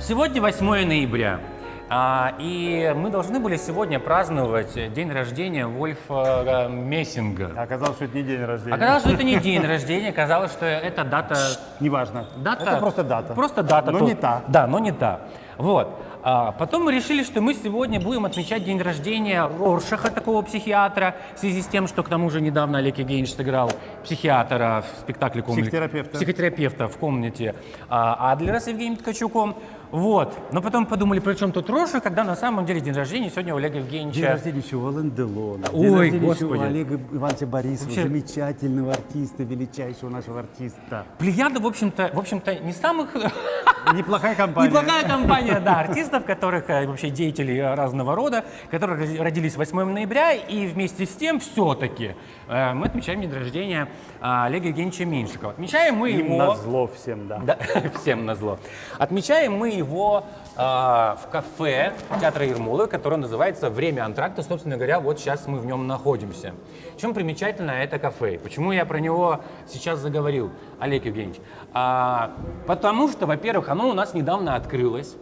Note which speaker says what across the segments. Speaker 1: Сегодня 8 ноября. а, и мы должны были сегодня праздновать день рождения Вольфа э,
Speaker 2: А
Speaker 1: Мессинга.
Speaker 3: Оказалось, что это не день рождения.
Speaker 1: Оказалось, что это не день рождения, оказалось, что это дата...
Speaker 3: Неважно.
Speaker 1: дата
Speaker 3: Это просто дата.
Speaker 1: Просто дата.
Speaker 3: Но
Speaker 1: тут.
Speaker 3: не та.
Speaker 1: Да, но не та. Вот. А, потом мы решили, что мы сегодня будем отмечать день рождения Роршаха, такого психиатра, в связи с тем, что к тому же недавно Олег Евгеньевич сыграл психиатра в спектакле комнате.
Speaker 3: Психотерапевта.
Speaker 1: Психотерапевта в комнате а, Адлера с Евгением Ткачуком. Вот. Но потом подумали, при чем тут Роршах, когда на самом деле день рождения сегодня у Олега Евгеньевича.
Speaker 2: День рождения еще у Алан Делона.
Speaker 1: Ой,
Speaker 2: День рождения еще
Speaker 1: господи.
Speaker 2: у Олега Ивановича Борисова,
Speaker 1: Вообще-
Speaker 2: замечательного артиста, величайшего нашего артиста.
Speaker 1: Плеяда, в общем-то, в общем-то, не самых
Speaker 3: Неплохая компания.
Speaker 1: Неплохая компания, да, артистов, которых э, вообще деятелей э, разного рода, которые роди- родились 8 ноября, и вместе с тем все-таки мы отмечаем день рождения э, Олега Евгеньевича Меньшикова. Отмечаем мы
Speaker 3: Им
Speaker 1: его...
Speaker 3: на зло всем, да.
Speaker 1: Да, всем назло. Отмечаем мы его э, в кафе театра Ермолова, которое называется «Время антракта». Собственно говоря, вот сейчас мы в нем находимся. Чем примечательно это кафе? Почему я про него сейчас заговорил, Олег Евгеньевич? А, потому что, во-первых, оно у нас недавно открылось.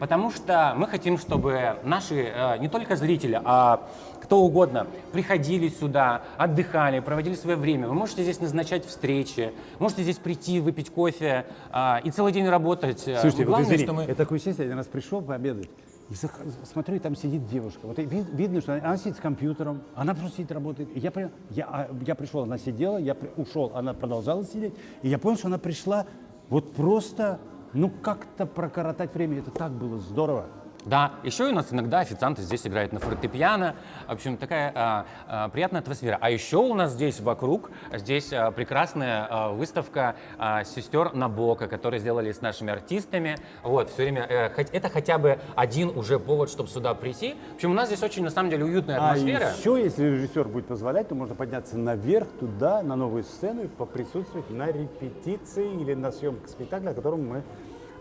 Speaker 1: Потому что мы хотим, чтобы наши э, не только зрители, а кто угодно приходили сюда, отдыхали, проводили свое время. Вы можете здесь назначать встречи, можете здесь прийти, выпить кофе э, и целый день работать. Э,
Speaker 2: Слушайте,
Speaker 1: Главное,
Speaker 2: вот извини,
Speaker 1: что мы...
Speaker 2: я такое счастье, я один раз пришел пообедать, и зах- смотрю, и там сидит девушка. Вот и вид- видно, что она, она сидит с компьютером, она просто сидит, работает. И я, понял, я, а, я пришел, она сидела, я при- ушел, она продолжала сидеть. И я понял, что она пришла вот просто, ну как-то прокоротать время. Это так было здорово.
Speaker 1: Да, еще у нас иногда официанты здесь играют на фортепиано. В общем, такая а, а, приятная атмосфера. А еще у нас здесь вокруг, здесь а, прекрасная а, выставка а, сестер Набока, которые сделали с нашими артистами. Вот, все время, э, хоть- это хотя бы один уже повод, чтобы сюда прийти. В общем, у нас здесь очень, на самом деле, уютная
Speaker 2: А
Speaker 1: атмосфера.
Speaker 2: еще, если режиссер будет позволять, то можно подняться наверх, туда, на новую сцену и поприсутствовать на репетиции или на съемках спектакля, о котором мы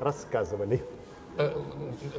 Speaker 2: рассказывали.
Speaker 1: Э,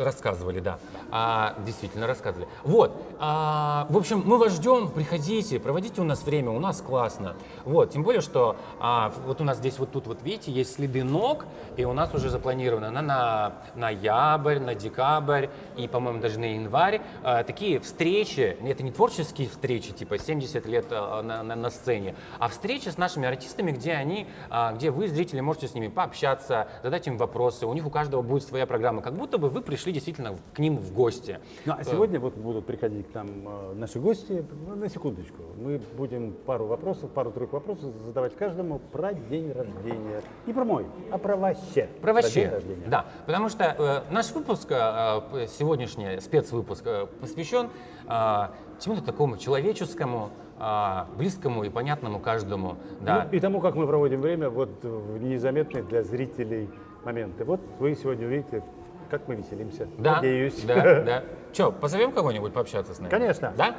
Speaker 1: Рассказывали, да. А, действительно рассказывали. Вот. А, в общем, мы вас ждем. Приходите, проводите у нас время, у нас классно. Вот. Тем более, что а, вот у нас здесь вот тут вот видите есть следы ног, и у нас уже запланировано на, на ноябрь, на декабрь и, по-моему, даже на январь а, такие встречи. Это не творческие встречи, типа 70 лет а, на, на- на сцене, а встречи с нашими артистами, где они, а, где вы, зрители, можете с ними пообщаться, задать им вопросы. У них у каждого будет своя программа, как будто бы вы пришли действительно к ним в гости.
Speaker 2: Ну, а сегодня вот будут приходить к нам э, наши гости. Ну, На секундочку. Мы будем пару вопросов, пару-тройку вопросов задавать каждому про день рождения. Не про мой, а про вообще.
Speaker 1: Про
Speaker 2: день
Speaker 1: вообще,
Speaker 2: рождения.
Speaker 1: да, потому что э, наш выпуск, э, п- сегодняшний спецвыпуск э, посвящен э, чему-то такому человеческому, э, близкому и понятному каждому, да.
Speaker 2: Ну, и тому, как мы проводим время, вот э, в незаметные для зрителей моменты. Вот вы сегодня увидите, как мы веселимся.
Speaker 1: Да,
Speaker 2: Надеюсь.
Speaker 1: Да, да. Че, позовем кого-нибудь пообщаться с нами?
Speaker 2: Конечно.
Speaker 1: Да?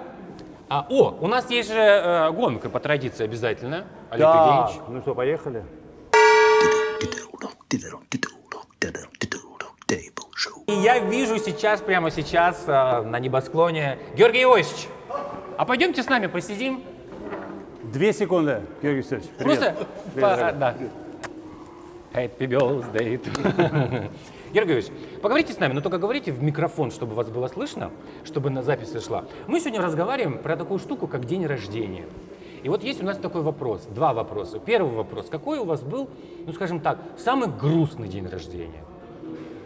Speaker 1: А, о, у нас есть же э, гонка по традиции обязательно, Олег
Speaker 2: Так,
Speaker 1: Евгеньевич.
Speaker 2: ну что, поехали?
Speaker 4: Table show.
Speaker 1: И я вижу сейчас, прямо сейчас э, на небосклоне Георгий Иосифович. А пойдемте с нами посидим.
Speaker 2: Две секунды, Георгий Алексеевич. Привет.
Speaker 1: Просто...
Speaker 2: Привет,
Speaker 1: по-
Speaker 2: дорогой.
Speaker 1: да. Happy birthday to- Георгий Георгиевич, поговорите с нами, но только говорите в микрофон, чтобы вас было слышно, чтобы на запись шла. Мы сегодня разговариваем про такую штуку, как день рождения. И вот есть у нас такой вопрос, два вопроса. Первый вопрос, какой у вас был, ну скажем так, самый грустный день рождения?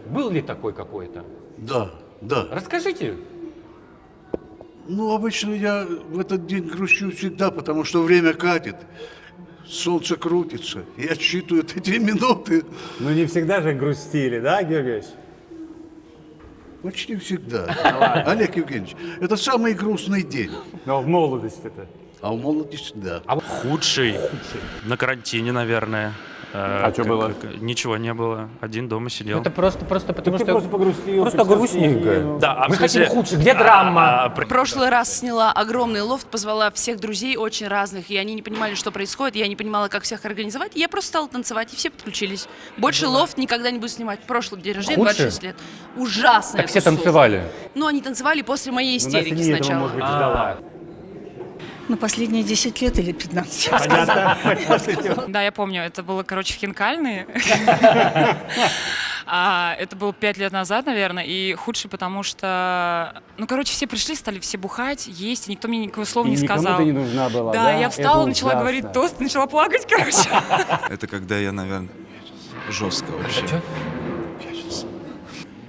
Speaker 1: Был ли такой какой-то?
Speaker 4: Да, да.
Speaker 1: Расскажите.
Speaker 4: Ну, обычно я в этот день грущу всегда, потому что время катит, солнце крутится. Я считаю эти минуты
Speaker 3: Ну не всегда же грустили, да, Георгиевич?
Speaker 4: почти всегда. Олег Евгеньевич, это самый грустный день.
Speaker 3: Но в молодости-то.
Speaker 4: А в молодости, да.
Speaker 5: Худший. На карантине, наверное. А,
Speaker 3: чё было?
Speaker 5: ничего не было. Один дома сидел.
Speaker 1: просто, просто потому
Speaker 2: Ты просто погрустил.
Speaker 1: Просто грустненько.
Speaker 5: Да, а в
Speaker 1: Мы хотим
Speaker 5: смысле-
Speaker 1: худше. Где драма?
Speaker 5: А, про-
Speaker 6: В прошлый раз сняла огромный лофт, позвала всех друзей очень разных, и они не понимали, что происходит, я не понимала, как всех организовать, и я просто стала танцевать, и все подключились. Больше лофт никогда не буду снимать. Прошлый день рождения,
Speaker 1: Худшее?
Speaker 6: 26 лет. Ужасно.
Speaker 1: Так все танцевали.
Speaker 6: Ну, они танцевали после моей
Speaker 2: Ну, Настя
Speaker 6: истерики
Speaker 2: не этого,
Speaker 6: сначала.
Speaker 2: может
Speaker 3: А.
Speaker 2: быть, ждала.
Speaker 7: Ну, последние 10 лет или 15.
Speaker 8: Да, я помню, это было, короче, в Хинкальной. А, это было пять лет назад, наверное, и худший, потому что, ну, короче, все пришли, стали все бухать, есть, и никто мне никакого слова
Speaker 2: И
Speaker 8: не
Speaker 2: никому
Speaker 8: сказал.
Speaker 2: ты не нужна была.
Speaker 8: да,
Speaker 2: Да,
Speaker 8: я
Speaker 2: Это
Speaker 8: встала, начала
Speaker 2: ужасно.
Speaker 8: говорить тост, начала плакать, короче.
Speaker 9: Это когда я, наверное, жестко вообще.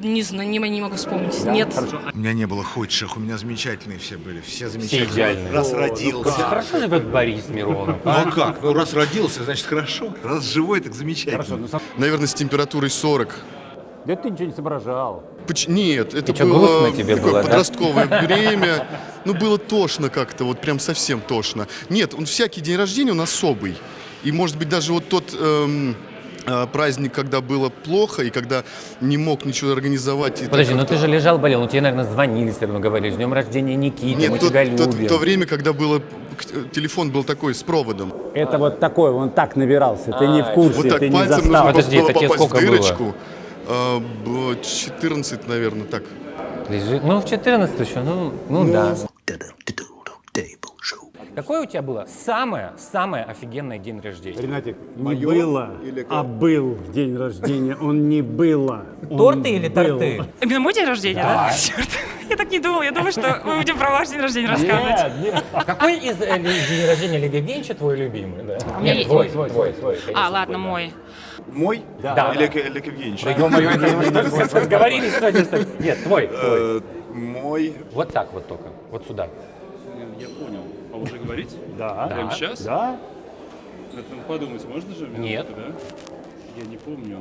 Speaker 6: Не знаю, не, не могу вспомнить. Нет.
Speaker 9: У меня не было худших, у меня замечательные все были, все
Speaker 1: Все
Speaker 9: замечательные.
Speaker 1: идеальные.
Speaker 4: Раз родился.
Speaker 1: Да хорошо же вот Борис Миронов.
Speaker 9: Ну а как? Ну раз родился, значит хорошо. Раз живой, так замечательно.
Speaker 2: Хорошо, ну, сам-
Speaker 10: Наверное, с температурой 40.
Speaker 2: Да ты ничего не соображал.
Speaker 10: Поч- Нет, это
Speaker 1: чё,
Speaker 10: было
Speaker 1: грустно тебе
Speaker 10: такое
Speaker 1: было, да?
Speaker 10: подростковое время. Ну, было тошно как-то, вот прям совсем тошно. Нет, он всякий день рождения он особый. И, может быть, даже вот тот эм, э, праздник, когда было плохо, и когда не мог ничего организовать. и так
Speaker 1: Подожди, ну
Speaker 10: как-то-
Speaker 1: ты же лежал, болел, ну тебе, наверное, звонили все равно, говорили, с днем рождения, Никита, мы
Speaker 10: Нет, тот-
Speaker 1: тебя
Speaker 10: тот-
Speaker 1: любим.
Speaker 10: то время, когда было к- э, телефон был такой с проводом.
Speaker 2: Это вот такой, он так набирался. Ты
Speaker 3: А,
Speaker 2: не в курсе,
Speaker 10: Вот так
Speaker 2: ты не
Speaker 10: пальцем
Speaker 2: застал.
Speaker 10: нужно
Speaker 1: Подожди,
Speaker 10: было
Speaker 1: это тебе
Speaker 10: попасть в
Speaker 1: сколько было?
Speaker 10: дырочку. А, было 14, наверное, так.
Speaker 1: Лежи- Ну, в 14 еще, ну, ну, да. Какое у тебя было самое-самое офигенное день рождения?
Speaker 2: Ренатик, не было, а был день рождения. Он не было. он
Speaker 1: Торты или
Speaker 2: был.
Speaker 1: торты?
Speaker 8: Именно мой день рождения, да? Черт, я так не думала, я думала, что мы будем про ваш день рождения рассказывать.
Speaker 1: Какой из э, ли- день рождения Лиги Генча твой любимый? да?
Speaker 6: меня
Speaker 1: Нет,
Speaker 6: есть-
Speaker 1: твой, твой, твой, твой, конечно,
Speaker 8: А, ладно,
Speaker 1: твой, да.
Speaker 8: мой.
Speaker 9: Мой?
Speaker 1: Да.
Speaker 9: Олег, Олег Евгеньевич.
Speaker 1: Разговорились сегодня, что ли? Нет, твой, твой.
Speaker 9: Э, Мой.
Speaker 1: Вот так вот только, вот сюда.
Speaker 5: Я понял. А уже говорить?
Speaker 2: Да.
Speaker 5: Прямо сейчас?
Speaker 2: Да?
Speaker 5: Подумать можно же?
Speaker 1: Нет.
Speaker 5: Я не помню.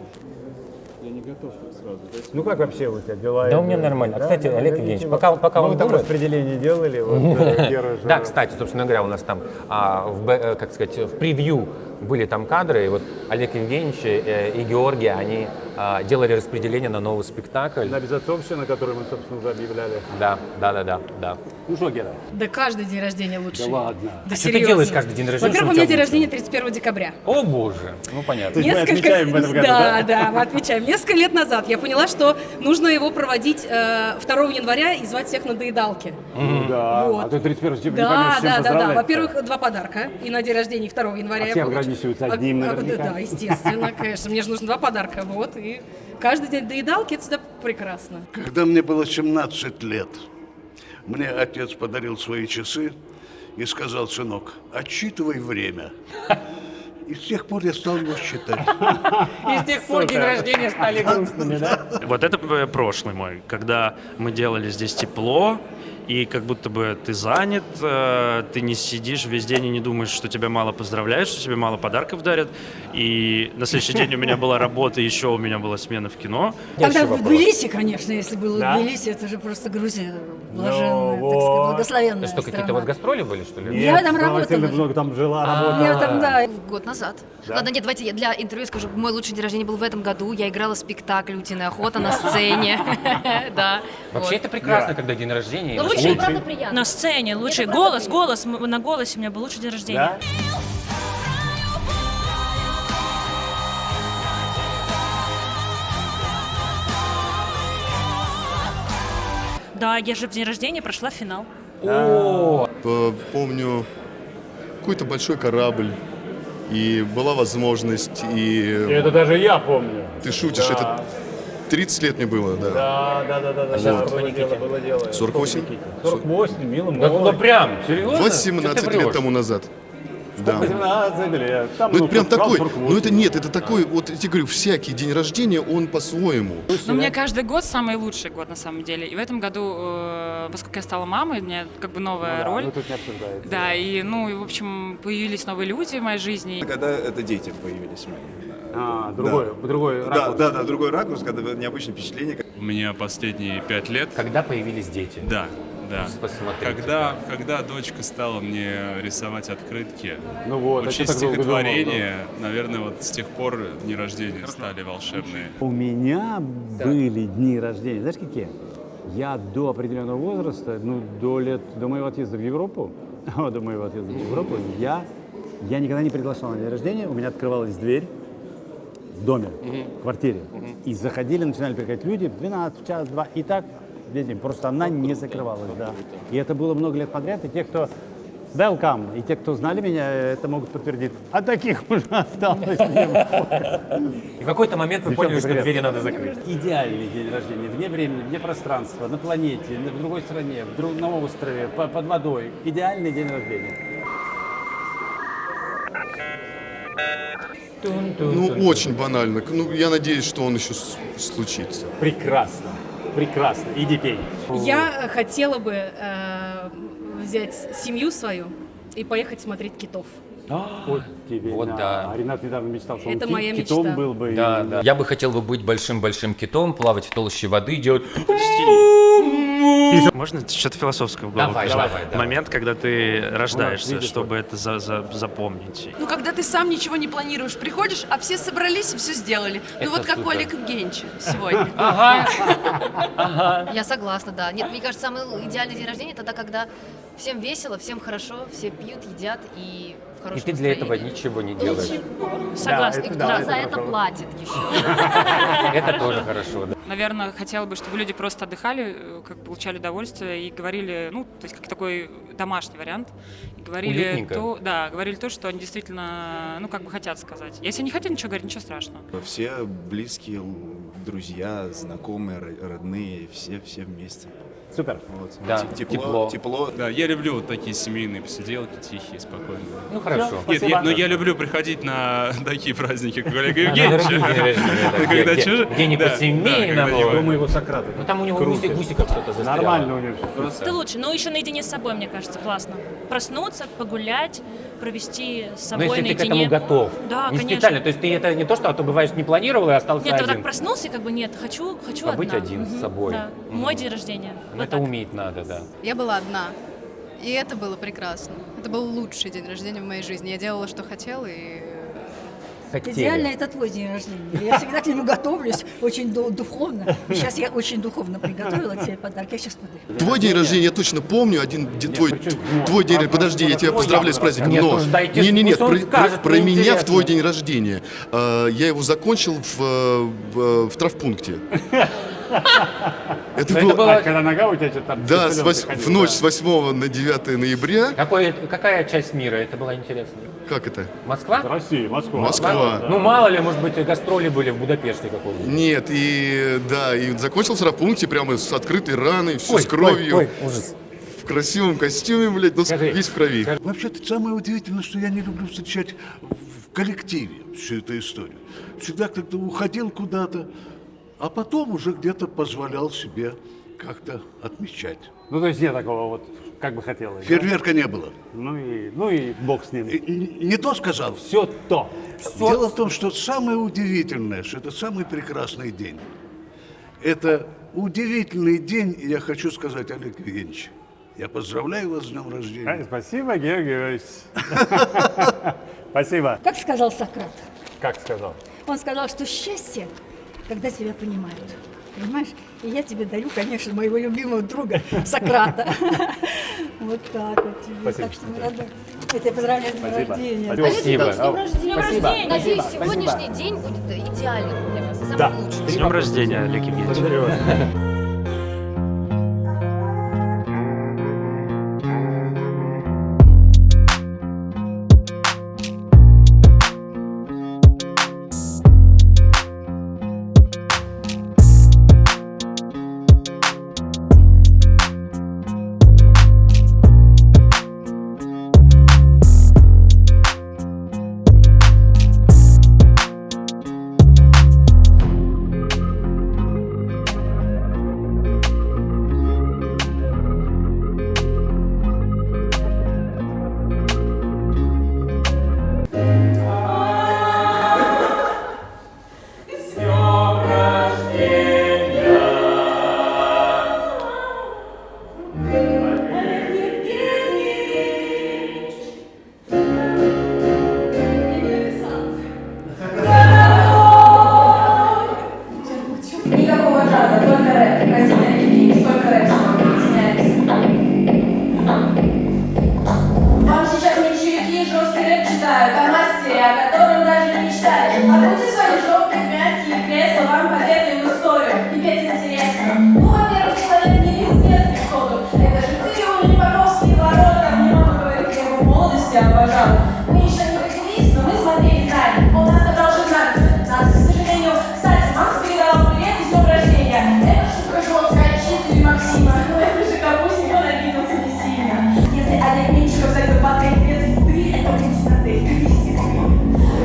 Speaker 5: Я не готов сразу.
Speaker 3: Ну как вообще у тебя дела?
Speaker 1: Да у меня нормально. Кстати, Олег Евгеньевич, пока- пока
Speaker 3: Ну, мы
Speaker 1: он
Speaker 3: там
Speaker 1: думает-
Speaker 3: распределение делали, вот, э, первый же
Speaker 1: Да, кстати, собственно говоря, у нас там, а, в, б- э, как сказать, в превью были там кадры, и вот Олег Евгеньевич э, и Георгий, они а, делали распределение на новый спектакль.
Speaker 3: На безотцовщина, которую мы, собственно, уже объявляли.
Speaker 1: Да, да, да, да, да.
Speaker 2: Ну что, Гера?
Speaker 11: Да каждый день рождения лучше.
Speaker 2: Ладно.
Speaker 11: Да
Speaker 1: А что ты делаешь каждый день рождения?
Speaker 11: Во-первых, у
Speaker 1: Что
Speaker 11: меня
Speaker 1: у тебя
Speaker 11: день
Speaker 1: будет?
Speaker 11: рождения 31 декабря.
Speaker 1: О боже, ну понятно.
Speaker 3: есть мы отмечаем в этом году,
Speaker 11: да, да, мы отмечаем. Несколько лет назад я поняла, что нужно его проводить э, 2 января и звать всех на доедалки.
Speaker 2: Да.
Speaker 11: Вот.
Speaker 2: А то 31 сентября не
Speaker 11: Да,
Speaker 2: поймешь, с чем
Speaker 11: да, да, да.
Speaker 2: поздравлять.
Speaker 11: Во-первых, два подарка. И на день рождения, и 2 января.
Speaker 2: А
Speaker 11: я
Speaker 2: все
Speaker 11: получу.
Speaker 2: ограничиваются одним
Speaker 11: да,
Speaker 2: наверняка.
Speaker 11: Да, естественно, конечно. Мне же нужно два подарка. Вот. И каждый день доедалки, это всегда прекрасно.
Speaker 4: Когда мне было 17 лет, мне отец подарил свои часы и сказал, сынок, отсчитывай время. И с тех пор я стал его считать.
Speaker 1: И с тех пор день рождения стали грустными, да?
Speaker 5: Вот это э, прошлый мой, когда мы делали здесь тепло, и как будто бы ты занят, э, ты не сидишь весь день и не думаешь, что тебя мало поздравляют, что тебе мало подарков дарят. И на следующий день у меня была работа, еще у меня была смена в кино.
Speaker 7: Тогда в
Speaker 1: вопрос.
Speaker 7: Тбилиси, конечно, если было
Speaker 3: Да?
Speaker 7: в Тбилиси, это же просто Грузия
Speaker 3: А? Ну
Speaker 7: блаженная, так
Speaker 3: вот.
Speaker 7: сказать, благословенная
Speaker 1: Что, какие-то у
Speaker 7: страна.
Speaker 1: вас гастроли были, что ли?
Speaker 7: Я там
Speaker 3: Светлана Васильевна
Speaker 7: работала.
Speaker 3: много там жила, работала.
Speaker 7: Я там, да,
Speaker 11: Год назад. Ладно, нет, давайте я для интервью скажу. Мой лучший день рождения был в этом году. Я играла спектакль «Утиная охота» на сцене. Да.
Speaker 1: Вообще это прекрасно, когда день рождения. и
Speaker 11: Ну,
Speaker 1: настроение.
Speaker 11: правда, приятно.
Speaker 8: На сцене лучший
Speaker 11: Это правда
Speaker 8: голос, голос, м- на голосе у меня был лучший день рождения.
Speaker 3: Да?
Speaker 8: Да, я же в день рождения прошла финал.
Speaker 10: П- Э, Помню какой-то большой корабль. И была возможность, и
Speaker 3: Это даже я помню.
Speaker 10: ты шутишь, это 30 лет мне было, да.
Speaker 3: Да, да, да, да, да.
Speaker 1: сейчас
Speaker 3: да,
Speaker 1: какой
Speaker 3: было
Speaker 1: Никите?
Speaker 3: дело, было дело.
Speaker 10: 48?
Speaker 3: 48, мило,
Speaker 1: Да, ну
Speaker 3: молодо.
Speaker 1: прям, серьезно?
Speaker 10: 18 лет тому назад. Да.
Speaker 3: 18 лет. Там,
Speaker 10: Ну это прям
Speaker 3: там
Speaker 10: такой,
Speaker 3: 48.
Speaker 10: ну это нет, это такой, вот я тебе говорю, всякий день рождения, он по-своему.
Speaker 8: Но у меня Ну, каждый год самый лучший год на самом деле. И в этом году, э, поскольку я стала мамой, у меня как бы новая
Speaker 3: Да,
Speaker 8: роль.
Speaker 3: ну тут не обсуждается.
Speaker 8: Да, и ну и в общем появились новые люди в моей жизни.
Speaker 9: Когда это дети появились мои.
Speaker 3: А, другой, другой
Speaker 9: Да,
Speaker 3: ракурс.
Speaker 9: да, да, другой ракурс, когда необычное впечатление.
Speaker 5: У меня последние пять лет,
Speaker 1: Когда появились дети?
Speaker 5: да, да.
Speaker 1: Посмотрите.
Speaker 5: Когда, когда дочка стала мне рисовать открытки,
Speaker 3: Ну вот, а чё
Speaker 5: учить
Speaker 3: так долго думал,
Speaker 5: стихотворение, наверное, вот с тех пор дни рождения стали волшебные.
Speaker 2: У меня были дни рождения, знаешь какие? Я до определенного возраста, ну до лет, до моего отъезда в Европу, до моего отъезда в Европу, я, я никогда не приглашал на день рождения, у меня открывалась дверь в доме, в квартире, и заходили, начинали приходить люди в 12, в час, два, и так весь день. Просто она не закрывалась, да. И это было много лет подряд, и те, кто Welcome. И те, кто знали меня, это могут подтвердить. А таких уже осталось
Speaker 1: И в какой-то момент вы поняли, что двери надо закрыть.
Speaker 2: Идеальный день рождения. Вне времени, вне пространства, на планете, на- в другой стране, в друг- на острове, по- под водой. Идеальный день рождения.
Speaker 10: Ну, очень банально. Ну, я надеюсь, что он еще с- случится.
Speaker 2: Прекрасно. Прекрасно. Иди пей.
Speaker 12: Я хотела бы э, взять семью свою и поехать смотреть китов.
Speaker 2: А, Вот тебе.
Speaker 1: Вот
Speaker 2: на.
Speaker 1: да.
Speaker 2: А Ренат недавно мечтал, что он
Speaker 12: Это
Speaker 2: ки-
Speaker 12: моя
Speaker 2: китом
Speaker 12: мечта.
Speaker 2: был бы. и-
Speaker 1: Да, да. Я бы хотел бы быть большим-большим китом, плавать в толще воды, делать...
Speaker 5: Можно что-то философское в голову
Speaker 1: Давай,
Speaker 5: пришло?
Speaker 1: давай, давай.
Speaker 5: Момент, когда ты рождаешься,
Speaker 1: видишь,
Speaker 5: чтобы это за- за- запомнить.
Speaker 6: Ну, когда ты сам ничего не планируешь, приходишь, а все собрались и все сделали.
Speaker 5: Это
Speaker 6: ну, вот как
Speaker 5: супер.
Speaker 6: Олег Евгеньевич сегодня.
Speaker 11: Я согласна, да. Нет, мне кажется, самый идеальный день рождения тогда, когда всем весело, всем хорошо, все пьют, едят и в
Speaker 1: И
Speaker 11: хорошем
Speaker 1: ты для этого
Speaker 11: настроении.
Speaker 1: ничего не делаешь.
Speaker 11: Согласна.
Speaker 2: А
Speaker 11: И
Speaker 1: Да, это
Speaker 11: кто
Speaker 1: да,
Speaker 11: за
Speaker 1: это
Speaker 11: это
Speaker 1: хорошо.
Speaker 11: платит еще?
Speaker 1: Это тоже хорошо, да.
Speaker 8: Наверное, хотела бы, чтобы люди просто отдыхали, э, как получали удовольствие и говорили, ну, то есть как такой домашний вариант, и говорили
Speaker 13: Уютненько.
Speaker 8: то, да, говорили то, что они действительно, ну, как бы хотят сказать. Если не хотят ничего говорить, ничего страшного.
Speaker 13: Все близкие, м, друзья, знакомые, ро- родные, все, все вместе.
Speaker 2: Супер.
Speaker 13: Вот.
Speaker 1: Да,
Speaker 13: Теп- Тепло,
Speaker 1: тепло.
Speaker 13: тепло.
Speaker 14: Да, я люблю вот такие семейные посиделки, тихие, спокойные.
Speaker 1: Ну, хорошо.
Speaker 14: Нет,
Speaker 1: Спасибо.
Speaker 14: я- но я люблю приходить на такие праздники, как Олег
Speaker 1: Да, на дорогие
Speaker 14: Евгеньевич.
Speaker 1: деревья, да,
Speaker 14: Ну,
Speaker 1: где-
Speaker 14: когда
Speaker 1: где-
Speaker 14: чужие-
Speaker 1: где не
Speaker 14: да, да,
Speaker 1: по-семейному.
Speaker 14: когда не
Speaker 1: Дома
Speaker 14: по-
Speaker 1: его
Speaker 2: Сократа.
Speaker 1: Ну, там у него
Speaker 14: Круто.
Speaker 1: гуси, гусиков что-то застряло.
Speaker 14: Нормально у него всё.
Speaker 15: Это лучше, но еще наедине с собой, мне кажется, классно. Проснуться, погулять, провести с
Speaker 1: Ну,
Speaker 15: собой
Speaker 1: если ты к
Speaker 15: наедине.
Speaker 1: этому готов.
Speaker 15: Да,
Speaker 1: не
Speaker 15: конечно.
Speaker 1: специально. То есть ты это не то, что а то бываешь не планировал и остался
Speaker 15: Нет, ты вот
Speaker 1: один.
Speaker 15: так проснулся и как бы нет, хочу, хочу
Speaker 1: А быть
Speaker 15: одна.
Speaker 1: один с
Speaker 15: Мгм,
Speaker 1: собой.
Speaker 15: да.
Speaker 1: Мгм.
Speaker 15: Мой день рождения.
Speaker 1: Ну, это уметь надо, да.
Speaker 16: Я была одна. И это было прекрасно. Это был лучший день рождения в моей жизни. Я делала, что хотела, и...
Speaker 1: Хотели.
Speaker 17: Идеально это твой день рождения. Я всегда к нему готовлюсь очень ду- духовно. И Сейчас я очень духовно приготовила тебе подарок. Я сейчас подарю.
Speaker 10: Твой день рождения я точно помню. Один де- твой, твой день. Подожди, я тебя поздравляю с праздником.
Speaker 1: Нет,
Speaker 10: но
Speaker 1: уж дайте,
Speaker 10: не, не, нет,
Speaker 1: пусть он
Speaker 10: про,
Speaker 1: скажет,
Speaker 10: про-
Speaker 1: мне
Speaker 10: про меня в
Speaker 1: интересно.
Speaker 10: твой день рождения. Э, я его закончил в, э, в, э, в травпункте.
Speaker 1: Ну,
Speaker 3: Это
Speaker 10: Это было-
Speaker 3: было... А когда нога у тебя что-то там...
Speaker 10: Да,
Speaker 3: со
Speaker 10: с
Speaker 3: слёзами
Speaker 10: вось-
Speaker 3: ходила,
Speaker 10: в ночь
Speaker 3: да.
Speaker 10: с 8 на 9 ноября.
Speaker 1: Какой, какая часть мира? Это было интересно.
Speaker 10: Как это?
Speaker 1: Москва?
Speaker 3: Россия, Москва.
Speaker 10: Москва.
Speaker 1: Ну, мало ли, может быть, гастроли были в Будапеште какого-нибудь.
Speaker 10: Нет, и да, и закончил в травмпункте прямо с открытой раной, все
Speaker 1: Ой,
Speaker 10: с кровью.
Speaker 1: ой, ой, ужас.
Speaker 10: В красивом костюме, блядь, но с- весь в крови.
Speaker 4: Вообще-то самое удивительное, что я не люблю встречать в в коллективе всю эту историю. Всегда как-то уходил куда-то, а потом уже где-то позволял себе как-то отмечать.
Speaker 3: Ну, то есть нет такого вот, как бы хотелось. да?
Speaker 4: Фейерверка не было.
Speaker 3: Ну и, ну и бог с ним.
Speaker 4: Не то сказал.
Speaker 1: Все то.
Speaker 4: Дело в том, что самое удивительное, что это самый прекрасный день. Это удивительный день, и я хочу сказать, Олег Евгеньевич, я поздравляю вас с днем рождения.
Speaker 3: Э, Спасибо, Георгий Иванович. Спасибо.
Speaker 17: Как сказал Сократ?
Speaker 3: Как сказал.
Speaker 17: Он сказал, что счастье, когда тебя понимают. Понимаешь? И я тебе дарю, конечно, моего любимого друга Сократа. Вот так вот тебе.
Speaker 3: Спасибо.
Speaker 17: Так что мы рады. Я тебя поздравляю с днем
Speaker 3: Спасибо.
Speaker 17: рождения.
Speaker 3: Спасибо. Спасибо.
Speaker 11: Спасибо. Надеюсь,
Speaker 17: Спасибо.
Speaker 11: сегодняшний день будет идеальным для вас. Самый
Speaker 5: Да.
Speaker 11: лучший.
Speaker 5: С днем рождения, Олег Евгеньевич.
Speaker 11: а
Speaker 18: Ну, пожалуй. Мы еще не родились, но мы смотрели сами. Он нас забрал уже на год. Нас, к сожалению, кстати, Макс передал привет и с днем рождения. Это же прыжок, отчислили Максима. Ну это же капустник, он обиделся не сильно. Если Олег Меньшиков за этот пакет без ты, это лично ты. Ты лисица.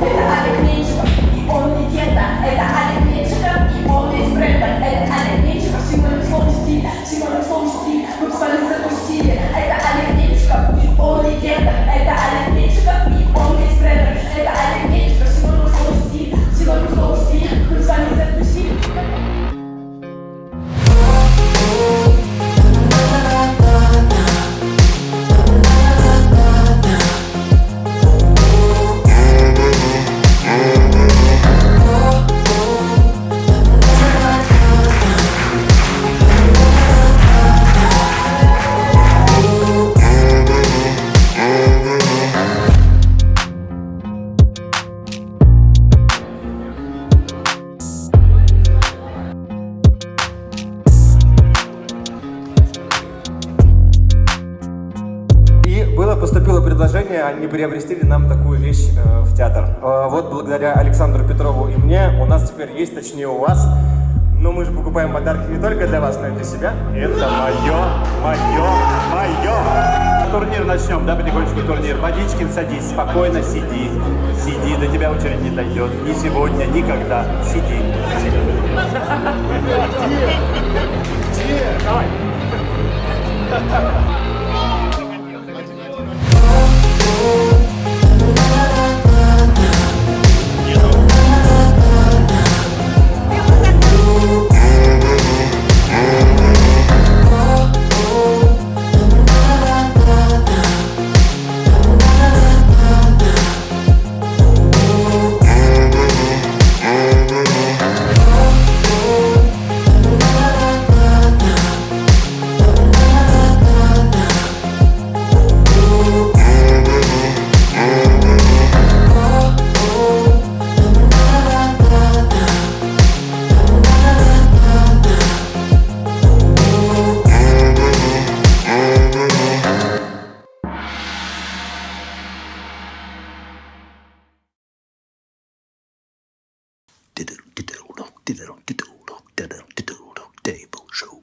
Speaker 18: Это Олег Меньшиков, и он легенда. Это Олег Меньшиков, и он весь бренда. Это Олег Меньшиков, символик слов стиль, символик слов стиль. Мы с вами запустили. Это Олег Меньшиков, и он легенда. Это Олег Меньшиков, и он весь бренда. Это Олег Меньшиков, символик слов стиль, символик слов стиль. Мы с вами запустили.
Speaker 19: И было поступило предложение, они приобрести ли нам такую вещь э, в театр. Э, вот благодаря Александру Петрову и мне у нас теперь есть, точнее у вас, но мы же покупаем подарки не только для вас, но и для себя. Это мое, мое, мое. Турнир начнем, да, потихонечку турнир. Водичкин, садись, спокойно сиди. Сиди, до тебя очередь не дойдет. Ни сегодня, никогда. Сиди.
Speaker 20: Diddle, diddle, diddle, diddle, diddle.